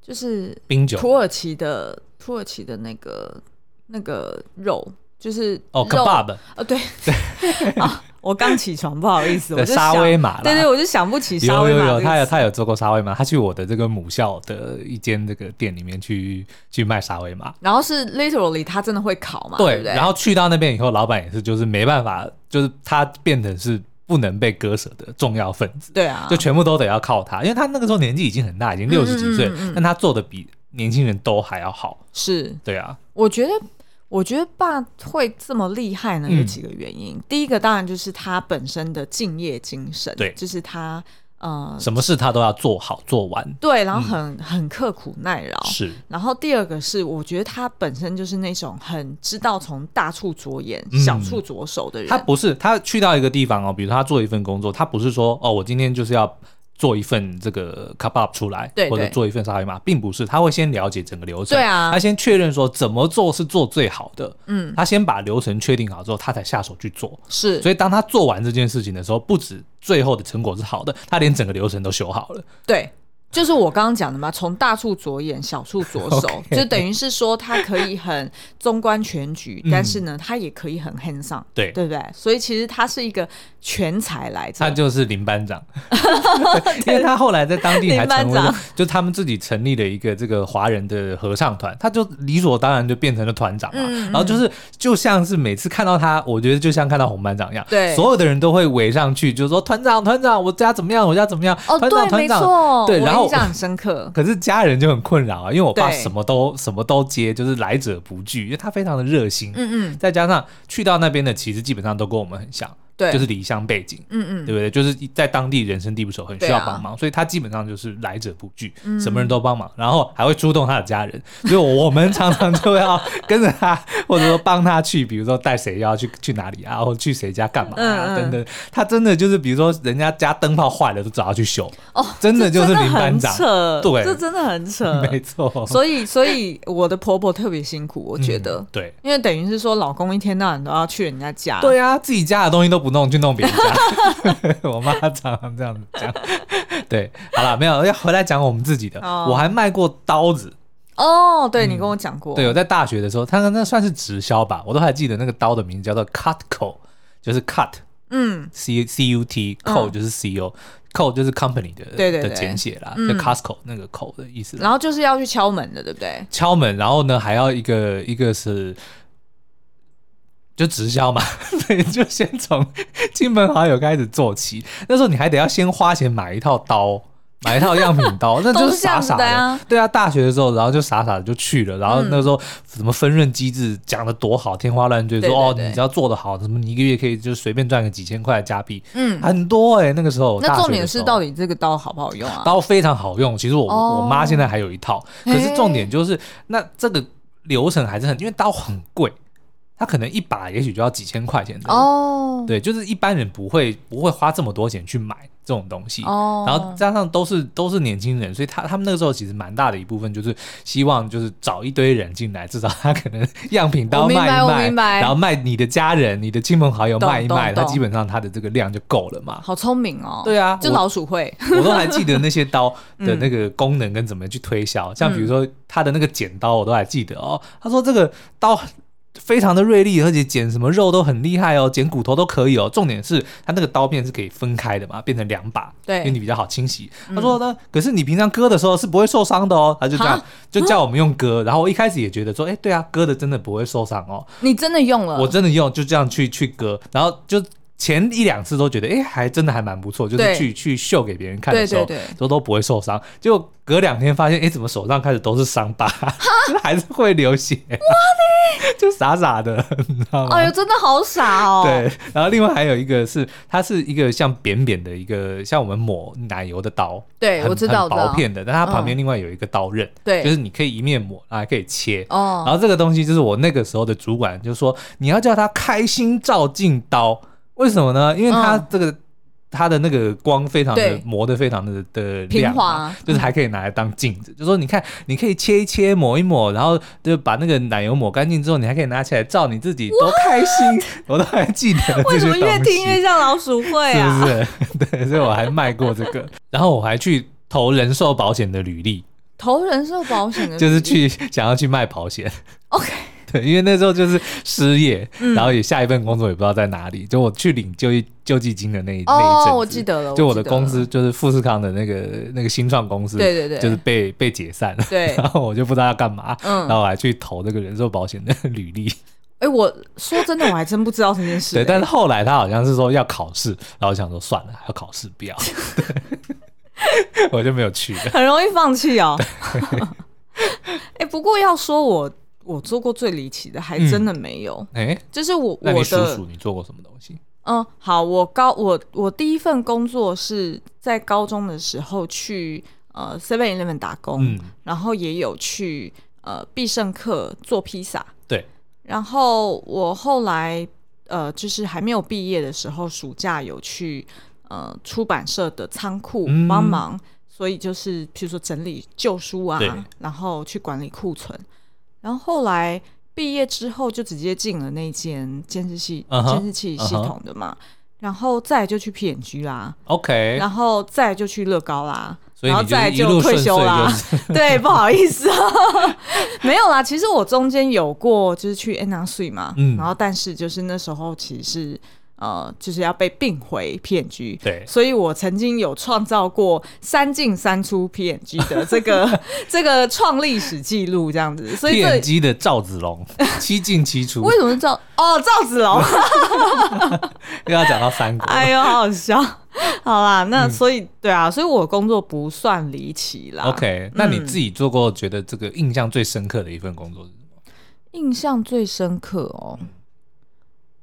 A: 就是
B: 冰酒
A: 土耳其的土耳其的那个那个肉，就是
B: 哦
A: 肉
B: ，kebab
A: 啊， 对啊，我刚起床，不好意思，我
B: 对
A: 就
B: 沙
A: 想
B: 威玛啦，
A: 对对，我就想不起沙
B: 有
A: 威
B: 有
A: 玛
B: 有，
A: 这
B: 他有
A: 个词。
B: 他有做过沙威玛，他去我的这个母校的一间这个店里面去去卖沙威玛。
A: 然后是 literally 他真的会烤嘛？对
B: 对，
A: 不对，
B: 然后去到那边以后，老板也是就是没办法，就是他变成是不能被割舍的重要分子，
A: 对啊，
B: 就全部都得要靠他，因为他那个时候年纪已经很大，已经六十几岁，
A: 嗯嗯嗯嗯
B: 但他做的比年轻人都还要好。
A: 是
B: 对啊，
A: 我觉得，我觉得爸会这么厉害呢，
B: 嗯
A: 有几个原因。第一个当然就是他本身的敬业精神，
B: 对
A: 就是他呃，
B: 什么事他都要做好做完。
A: 对，然后很、很刻苦耐劳。
B: 是，
A: 然后第二个是，我觉得他本身就是那种很知道从大处着眼、
B: 嗯
A: 小处着手的人。
B: 他不是他去到一个地方哦，比如他做一份工作，他不是说哦，我今天就是要做一份这个 cup up 出来，
A: 对
B: 或者
A: 对
B: 做一份沙威玛，并不是，他会先了解整个流程，
A: 对啊
B: 他先确认说怎么做是做最好的，
A: 嗯，
B: 他先把流程确定好之后，他才下手去做。
A: 是，
B: 所以当他做完这件事情的时候，不止最后的成果是好的，他连整个流程都修好了。
A: 对，就是我刚刚讲的嘛，从大处着眼，小处着 手
B: OK
A: 就等于是说他可以很纵观全局，
B: 嗯
A: 但是呢，他也可以很 hands on，
B: 对
A: 对不对？所以其实他是一个全才来着
B: 他。就是林 班长，因为他后来在当地还成
A: 林
B: 为
A: 班
B: 了
A: 长，
B: 就他们自己成立了一个这个华人的合唱团，他就理所当然就变成了团长嘛。
A: 嗯
B: 然后就是就像是每次看到他，我觉得就像看到红班长一样，
A: 对
B: 所有的人都会围上去，就说团长团长，我家怎么样，我家怎么样，
A: 哦，
B: 团长
A: 对，没
B: 团长。
A: 错，
B: 对
A: 我
B: 然后
A: 印象很深刻。
B: 可是家人就很困扰啊，因为我爸
A: 对
B: 什么都什么都接，就是来者不拒，因为他非常的热心。
A: 嗯嗯，
B: 再加上去到那边的，其实基本上都跟我们很像，
A: 对，
B: 就是离乡背景。
A: 嗯
B: 对
A: 嗯，
B: 不对？就是在当地人生地不熟，很需
A: 对
B: 要
A: 啊嗯
B: 帮忙，所以他基本上就是来者不拒，什么人都帮忙，然后还会出动他的家人，所以我们常常就要跟着他，或者说帮他去，比如说带谁要去去哪里啊，或者去谁家干嘛啊
A: 嗯嗯
B: 等等。他真的就是，比如说人家家灯泡坏了，都找他去修，
A: 哦，
B: 真的
A: 这
B: 就是
A: 真
B: 林班长
A: 很扯
B: 对
A: 这真的很扯
B: 。没错。
A: 所以，所以我的婆婆特别辛苦，我觉得，
B: 嗯对。
A: 因为等于是说，老公一天到晚都要去人家家，
B: 对啊，自己家的东西都不弄，去弄别人家。 我妈常常这样子讲。对，好了，没有要回来讲我们自己的。
A: 哦
B: 我还卖过刀子，
A: 哦，对你跟我讲过，
B: 嗯对，我在大学的时候，他那算是直销吧，我都还记得那个刀的名字叫做 Cutco，就是 Cut
A: 嗯
B: C C U T Co 就是 C O、Co 就是 company 的
A: 对对对
B: 的简写啦，
A: 嗯
B: 就 Costco 那个 Co 的意思啦。
A: 然后就是要去敲门的，对不对？
B: 敲门，然后呢还要一个一个是就直销嘛， 所以就先从亲朋好友开始做起。那时候你还得要先花钱买一套刀。买一套样品 刀，那就
A: 都是这
B: 傻
A: 样子
B: 傻
A: 的啊嗯
B: 对啊，大学的时候，然后就傻傻的就去了，然后那时候什么分润机制讲的多好，天花乱坠，
A: 对
B: 说
A: 对
B: 哦，
A: 对
B: 你只要做的好，什么你一个月可以就随便赚个几千块的加币，
A: 嗯，
B: 很多哎、那个时候
A: 那重点是到
B: 底
A: 底这个刀好不好用啊？
B: 刀非常好用，其实我、
A: 哦
B: 我妈现在还有一套，可是重点就是那这个流程还是很，因为刀很贵，它可能一把也许就要几千块钱的，
A: 哦，
B: 对，就是一般人不会不会花这么多钱去买这种东西。
A: 哦，
B: 然后加上都是都是年轻人，所以他他们那个时候其实蛮大的一部分就是希望就是找一堆人进来，至少他可能样品刀
A: 我
B: 卖
A: 明白我
B: 一
A: 明
B: 卖，
A: 白
B: 然后卖你的家人、你的亲朋好友
A: 懂
B: 卖一卖，
A: 懂
B: 他
A: 懂
B: 基本上他的这个量就够了嘛。
A: 好聪明哦，
B: 对啊
A: 就
B: 我
A: 老鼠会，
B: 我都还记得那些刀
A: 嗯
B: 的那个功能跟怎么去推销，像比如说他的那个剪刀，我都还记得哦。他说这个刀非常的锐利，而且剪什么肉都很厉害哦，剪骨头都可以哦。重点是它那个刀片是可以分开的嘛，变成两把，
A: 对嗯
B: 因为你比较好清洗。他说呢，可是你平常割的时候是不会受伤的哦。他就这样
A: 哈
B: 就叫我们用割，然后我一开始也觉得说，哎，对啊，割的真的不会受伤哦。
A: 你真的用了，
B: 我真的用就这样去去割，然后就前一两次都觉得，哎、还真的还蛮不错，就
A: 对
B: 是去去秀给别人看的
A: 对
B: 时候，
A: 对对，
B: 都都不会受伤。结果隔两天发现，哎、怎么手上开始都是伤 疤， 就是还是会流血， 就傻傻的，你知道吗？
A: 哎呦，真的好傻哦。
B: 对，然后另外还有一个是，它是一个像扁扁的一个，像我们抹奶油的刀，
A: 对
B: 很
A: 我知道
B: 很
A: 我知道
B: 薄片的，但它旁边
A: 嗯
B: 另外有一个刀刃，
A: 对
B: 就是你可以一面抹，然后还可以切。然
A: 哦，
B: 后这个东西就是我那个时候的主管就说，你要叫它开心照镜刀，为什么呢？因为它
A: 嗯
B: 这个、它的那个光非常的
A: 对
B: 磨得非常的的
A: 平
B: 亮嘛
A: 滑
B: 就是还 可以拿来当镜子，就说你看，你可以切一切、抹一抹，然后就把那个奶油抹干净之后，你还可以拿起来照你自己，多开心！我都还记得
A: 为什
B: 这些
A: 么越
B: 东西
A: 听越像老鼠会
B: 是
A: 啊？
B: 不是？ 对，所以我还卖过这个，然后我还去投人寿保险的履历，
A: 投人寿保险的
B: 就是
A: 比例
B: 去想要去卖保险。
A: OK
B: 对，因为那时候就是失业，
A: 嗯
B: 然后也下一份工作也不知道在哪里，就我去领救济救济金的那一、那一阵
A: 哦，
B: 子
A: 我记得了，
B: 就我
A: 我
B: 的
A: 记得了
B: 公司就是富士康的那个那个新创公司，
A: 对对对
B: 就是被被解散了，
A: 对
B: 然后我就不知道要干嘛，
A: 嗯
B: 然后我还去投那个人寿保险的 履历，
A: 哎、我说真的，我还真不知道这件事、
B: 对，但
A: 哎
B: 是后来他好像是说要考试，然后我想说算了，要考试 不要，对我就没有去了。
A: 很容易放弃哦。 哎、不过要说我我做过最离奇的，还真的没有。
B: 哎、
A: 就是我
B: 那
A: 我
B: 你数
A: 的
B: 数你做过什么东西？
A: 嗯，好，我高我我第一份工作是在高中的时候去呃 Seven Eleven 打工，
B: 嗯，
A: 然后也有去呃必胜客做披萨。
B: 对，
A: 然后我后来呃，就是还没有毕业的时候，暑假有去呃出版社的仓库
B: 嗯
A: 帮忙，所以就是譬如说整理旧书啊
B: 对，
A: 然后去管理库存。然后后来毕业之后，就直接进了那间监视器、
B: 嗯哼
A: 监视器系
B: 嗯哼
A: 统的嘛。然后再来就去 PNG 啦，
B: OK，
A: 然后再来就去乐高啦，
B: 所以
A: 然后
B: 你
A: 再来
B: 是一路
A: 退
B: 顺遂
A: 休啦
B: 就。是
A: 对，不好意思、啊， 没有啦。其实我中间有过，就是去 N R 税嘛，
B: 嗯
A: 然后但是就是那时候其实是呃，就是要被并回 P N G，
B: 对
A: 所以我曾经有创造过三进三出 P N G 的这 个这个创历史记录这样子，所以这
B: PNG 的赵子龙 七进七 出，
A: 为什么叫哦赵子 龙？
B: 又要讲到三 国。
A: 哎呦，好好笑。好啦，
B: 嗯
A: 那所以、对啊，所以我工作不算离奇啦。
B: OK，那你
A: 嗯
B: 自己做过觉得这个印象最深刻的一份工作是什么？
A: 印象最深刻哦。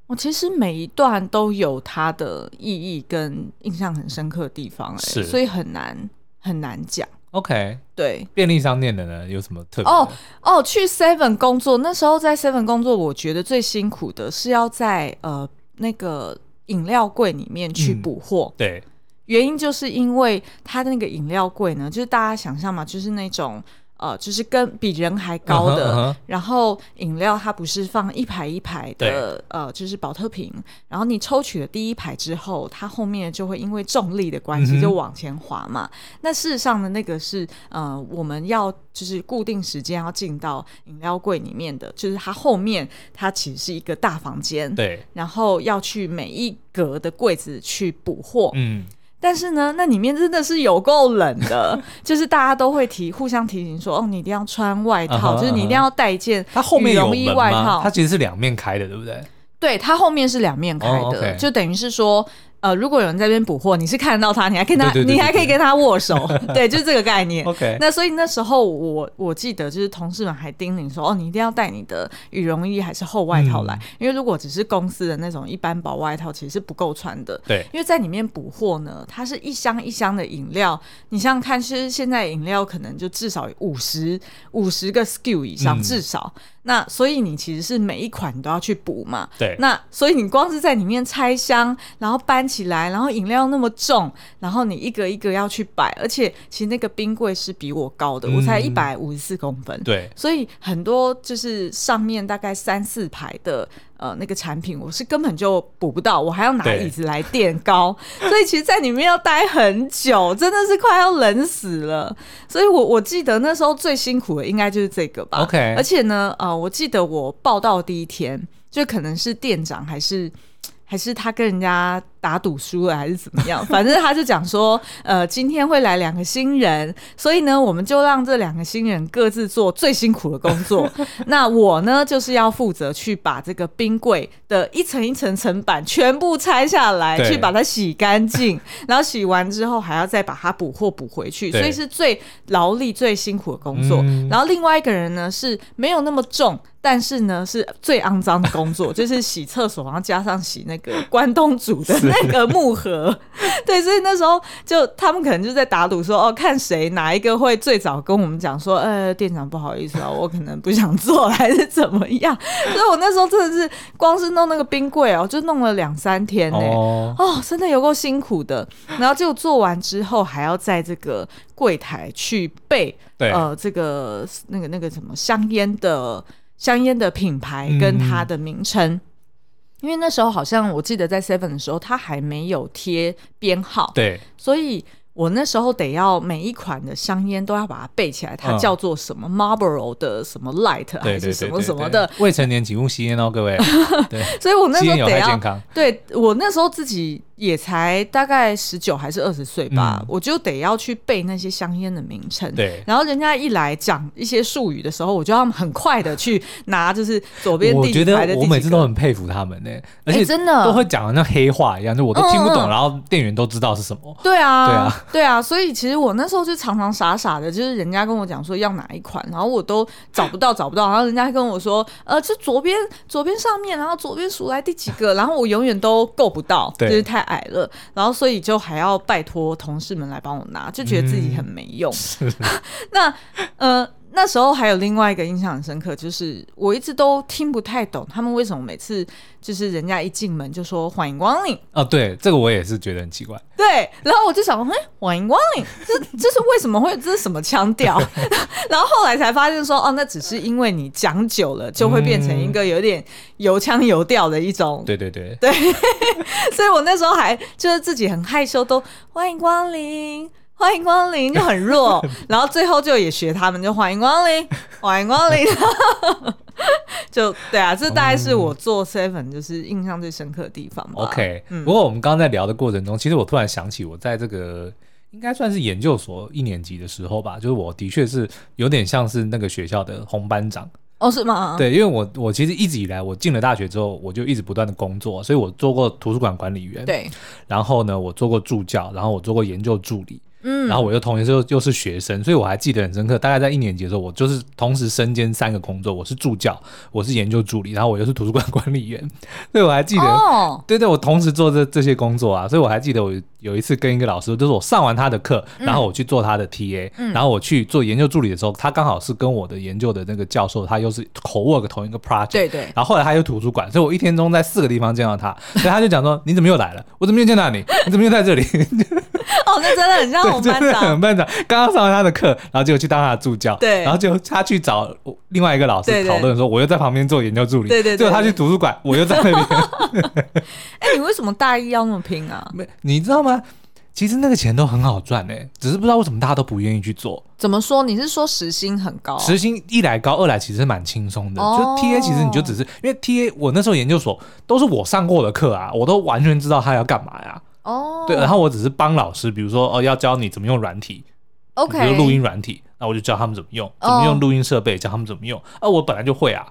A: 我其实每一段都有它的意义跟印象很深刻的地方、哎，
B: 是
A: 所以很难很难讲。
B: OK，
A: 对，
B: 便利商店的呢有什么特别的？
A: 哦哦，去 Seven 工作，那时候在 Seven 工作，我觉得最辛苦的是要在呃那个饮料柜里面去
B: 嗯
A: 补货，
B: 对，
A: 原因就是因为它的那个饮料柜呢，就是大家想象嘛，就是那种呃，就是跟比人还高的
B: 嗯哼嗯哼
A: 然后饮料它不是放一排一排的，呃，就是保特瓶。然后你抽取了第一排之后，它后面就会因为重力的关
B: 嗯
A: 系
B: 哼
A: 就往前滑嘛。那事实上的那个是，呃，我们要就是固定时间要进到饮料柜里面的，就是它后面它其实是一个大房间，
B: 对，
A: 然后要去每一格的柜子去补货。
B: 嗯，
A: 但是呢，那里面真的是有够冷 的，就是大家都会提互相提醒说，哦，你一定要穿外套
B: 嗯哼
A: 就是你一定要带一件
B: 啊它后面
A: 羽
B: 有
A: 绒衣
B: 门
A: 外
B: 吗？
A: 套
B: 它。其实是两面开的，对不 对？
A: 对，它后面是两面开的
B: 哦，OK
A: 就等于是说，呃，如果有人在这边补货，你是看得到他，你还跟他，
B: 对对对对
A: 你还可以跟他握手， 对，就是这个概念。
B: OK
A: 那所以那时候我我记得就是同事们还叮咛说，哦，你一定要带你的羽绒衣还是厚外套
B: 嗯
A: 来，因为如果只是公司的那种一般薄外套，其实是不够穿的。
B: 对，
A: 因为在里面补货呢，它是一箱一箱的饮料，你想想看，其实现在饮料可能就至少五十五十个 SKU 以上，
B: 嗯
A: 至少。那所以你其实是每一款你都要去补嘛。
B: 对，
A: 那所以你光是在里面拆箱，然后搬起来，然后饮料那么重，然后你一个一个要去摆，而且其实那个冰柜是比我高的，我才一
B: 嗯
A: 百五十四公分。
B: 对，
A: 所以很多就是上面大概三四排的呃那个产品，我是根本就补不到，我还要拿
B: 对
A: 椅子来垫高， 所以其实，在里面要待很久，真的是快要冷死了。所以我我记得那时候最辛苦的应该就是这个吧。
B: OK
A: 而且呢，呃，我记得我报道第一天，就可能是店长还是还是他跟人家打赌输了还是怎么样， 反正他就讲说，呃，今天会来两个新人，所以呢，我们就让这两个新人各自做最辛苦的工作。 那我呢，就是要负责去把这个冰柜的一层一层层板全部拆下来，
B: 对
A: 去把它洗干净，然后洗完之后还要再把它补货补回去，所
B: 对
A: 以是最劳力、最辛苦的工作。
B: 嗯
A: 然后另外一个人呢是没有那么重，但是呢是最肮脏的工 作，就是洗厕所，然后加上洗那个关东煮 的那个木盒。 对，所以那时候就他们可能就在打赌说，哦，看谁哪一个会最早跟我们讲说，呃，店长不好意思啊，我可能不想做，还是怎么样。所以我那时候真的是光是弄那个冰柜哦，就弄了两三天呢、
B: 哦，
A: 哦，真的有够辛苦的。然后就做完之后，还要在这个柜台去背，
B: 对
A: 呃，这个那个那个什么香烟的香烟的品牌
B: 嗯
A: 跟它的名称。因为那时候好像我记得在 Seven 的时候，它还没有贴编号，
B: 对，
A: 所以我那时候得要每一款的香烟都要把它背起来，它
B: 嗯
A: 叫做什么 Marlboro 的什么 Light
B: 对
A: 还
B: 对
A: 啊是
B: 对
A: 什
B: 对
A: 么什么
B: 对
A: 的，
B: 未成年请勿吸烟哦，各位，对，
A: 所以我 那
B: 吸
A: 时候
B: 烟有
A: 得
B: 害
A: 要
B: 健康，
A: 对我那时候自己也才大概十九还是二十岁吧，
B: 嗯
A: 我就得要去背那些香烟的名称。
B: 对
A: 然后人家一来讲一些术语的时候，我就要很快的去拿，就是左边
B: 我
A: 第
B: 觉
A: 几
B: 得
A: 排的第
B: 我
A: 几
B: 每次都
A: 个
B: 很佩服他们呢、而
A: 哎
B: 且
A: 真的
B: 都会讲的像黑话一样，就我都听不懂，
A: 嗯嗯
B: 然后店员都知道是什么。
A: 对啊，
B: 对啊，
A: 对啊，所以其实我那时候就常常傻傻的，就是人家跟我讲说要哪一款，然后我都找不到，找不到，然后人家跟我说，呃，就左边左边上面，然后左边数来第几个，然后我永远都够不到，就
B: 对
A: 是太矮了，然后所以就还要拜托同事们来帮我拿，就觉得自己很没用。 那呃。那时候还有另外一个印象很深刻，就是我一直都听不太懂他们为什么每次就是人家一进门就说欢迎光临，
B: 哦，对，这个我也是觉得很奇怪。
A: 对，然后我就想说，嘿，欢迎光临，这这是为什么会这是什么腔 调？ 然后后来才发现说，哦，那只是因为你讲久了，就会变成一个有点油腔油调的一种。
B: 嗯对对对，
A: 所以我那时候还就是自己很害羞，都欢迎光临。欢迎光临就很 弱，然后最后就也学他们，就欢迎光临，欢迎光临， 就对啊，这大概是我做 seven 就是印象最深刻的地方吧。
B: 嗯 OK，、
A: 嗯
B: 不过我们刚刚在聊的过程中，其实我突然想起，我在这个应该算是研究所一年级的时候吧，就是我的确是有点像是那个学校的红班长。
A: 哦，是吗？，
B: 对，因为我我其实一直以来，我进了大学之后，我就一直不断的工作，所以我做过图书馆管理员，，
A: 对，
B: 然后呢，我做过助教，然后我做过研究助理，
A: 嗯，
B: 然后我又同时又又是学生，所以我还记得很深刻。大概在一年级的时候，我就是同时身兼三个工作，我是助教，我是研究助理，然后我又是图书馆管理员，所以我还记得。
A: 哦，
B: 对对，我同时做这这些工作啊，所以我还记得我有一次跟一个老师，就是我上完他的课，
A: 嗯
B: 然后我去做他的 TA，、然后我去做研究助理的时候，他刚好是跟我的研究的那个教授，他又是 co work 同一个 project，
A: 对对
B: 然后后来他又图书馆，所以我一天中在四个地方见到他，所以他就讲说：“你怎么又来了？我怎么又见到你？你怎么又在这里？”
A: 哦，那真的很像我们
B: 对，
A: 班
B: 真的
A: 长
B: 很。班长，刚刚上完他的课，然后结果去当他的助教，
A: 对
B: 然后就他去找另外一个老
A: 对
B: 师
A: 对
B: 讨论说，我又在旁边做研究助理，
A: 对对对
B: 结果他去图书馆，我又在那边，
A: 哎、你为什么大一要那么拼啊？
B: 没，你知道吗？其实那个钱都很好赚诶、只是不知道为什么大家都不愿意去做。
A: 怎么说？你是说时薪很高？啊
B: 时薪一来高，二来其实蛮轻松的。
A: 哦
B: 就 T A 其实你就只是因为 T A，我那时候研究所都是我上过的课啊，我都完全知道他要干嘛呀、
A: 哦，
B: 对，然啊后我只是帮老师，比如说哦要教你怎么用软体，比如
A: ，OK，
B: 说录音软体，那我就教他们怎么用，怎么用录音设备，教他们怎么用。啊，我本来就会啊。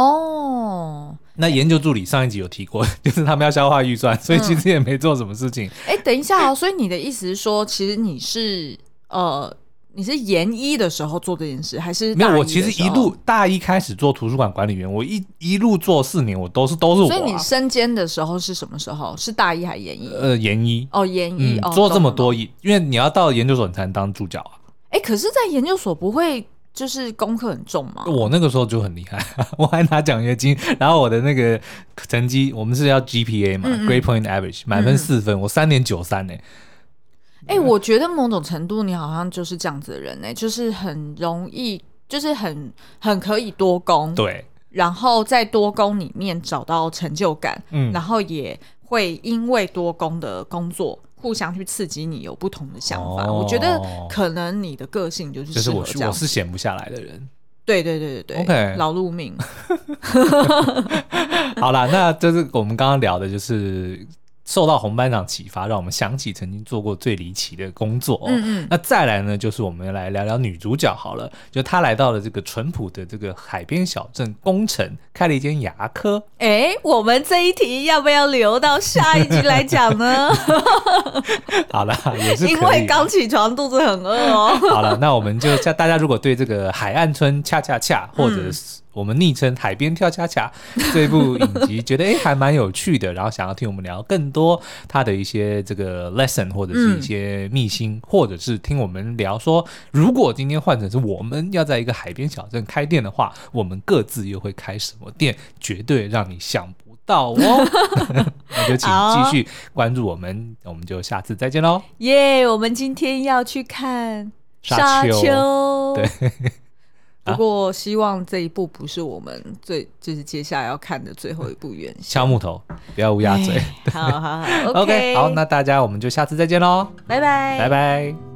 A: 哦。
B: 那研究助理上一集有提过， 就是他们要消化预算，
A: 嗯
B: 所以其实也没做什么事情。
A: 哎、等一下哦，所以你的意思是说，其实你是呃，你是研一的时候做这件事，还是
B: 没有，
A: 大
B: 我
A: 的
B: 其实一
A: 时候
B: 路，大一开始做图书馆管理员，我一一路做四年，我都是都是我、
A: 所以你
B: 啊。
A: 身兼的时候是什么时候？是大一还是研一？
B: 呃，研一，
A: 哦，研一、
B: 嗯，
A: 哦，
B: 做这么
A: 懂了。懂了
B: 多，因为你要到研究所你才能当助教啊。
A: 哎、可是，在研究所不会就是功课很重吗？
B: 我那个时候就很厉害， 我还拿奖学金，然后我的那个成绩，我们是要 GPA 嘛、
A: 嗯嗯嗯
B: g r a d e Point Average，满分四分，我三点九三呢。
A: 哎、我觉得某种程度你好像就是这样子的人呢、就是很容易，就是很很可以多攻，
B: 对，
A: 然后在多攻里面找到成就感，
B: 嗯
A: 然后也会因为多攻的工作互相去刺激你有不同的想法。
B: 哦
A: 我觉得可能你的个性就是
B: 就是
A: 适
B: 我
A: 合
B: 是
A: 这样
B: 我，是闲不下来的人。
A: 对对对对对
B: OK
A: 劳碌命，
B: 好啦，那这是我们刚刚聊的，就是受到红班长启发，让我们想起曾经做过最离奇的工作、哦。
A: 嗯嗯，
B: 那再来呢，就是我们来聊聊女主角好了，就她来到了这个淳朴的这个海边小镇宫城，开了一间牙科。
A: 哎，我们这一题要不要留到下一集来讲呢？
B: 好啦，也 是可 以
A: 因为刚起床，肚子很饿哦。
B: 好了，那我们就像大家如果对这个海岸村恰恰恰，或者是我们昵称海边跳恰恰这部影集，觉得诶还蛮有趣的，然后想要听我们聊更多它的一些这个 lesson 或者是一些秘辛，或者是听我们聊说，如果今天换成是我们要在一个海边小镇开店的话，我们各自又会开什么店，绝对让你想不到哦。那就请
A: 好
B: 继续关注我们，我们就下次再见喽。
A: 耶我们今天要去看
B: 沙丘
A: 丘
B: 对。
A: 不过，希望这一部不是我们最就是接下来要看的最后一部原
B: 敲木头，不要乌鸦嘴。
A: 哎好好好
B: OK，好，那大家我们就下次再见喽，
A: 拜拜，
B: 拜。拜。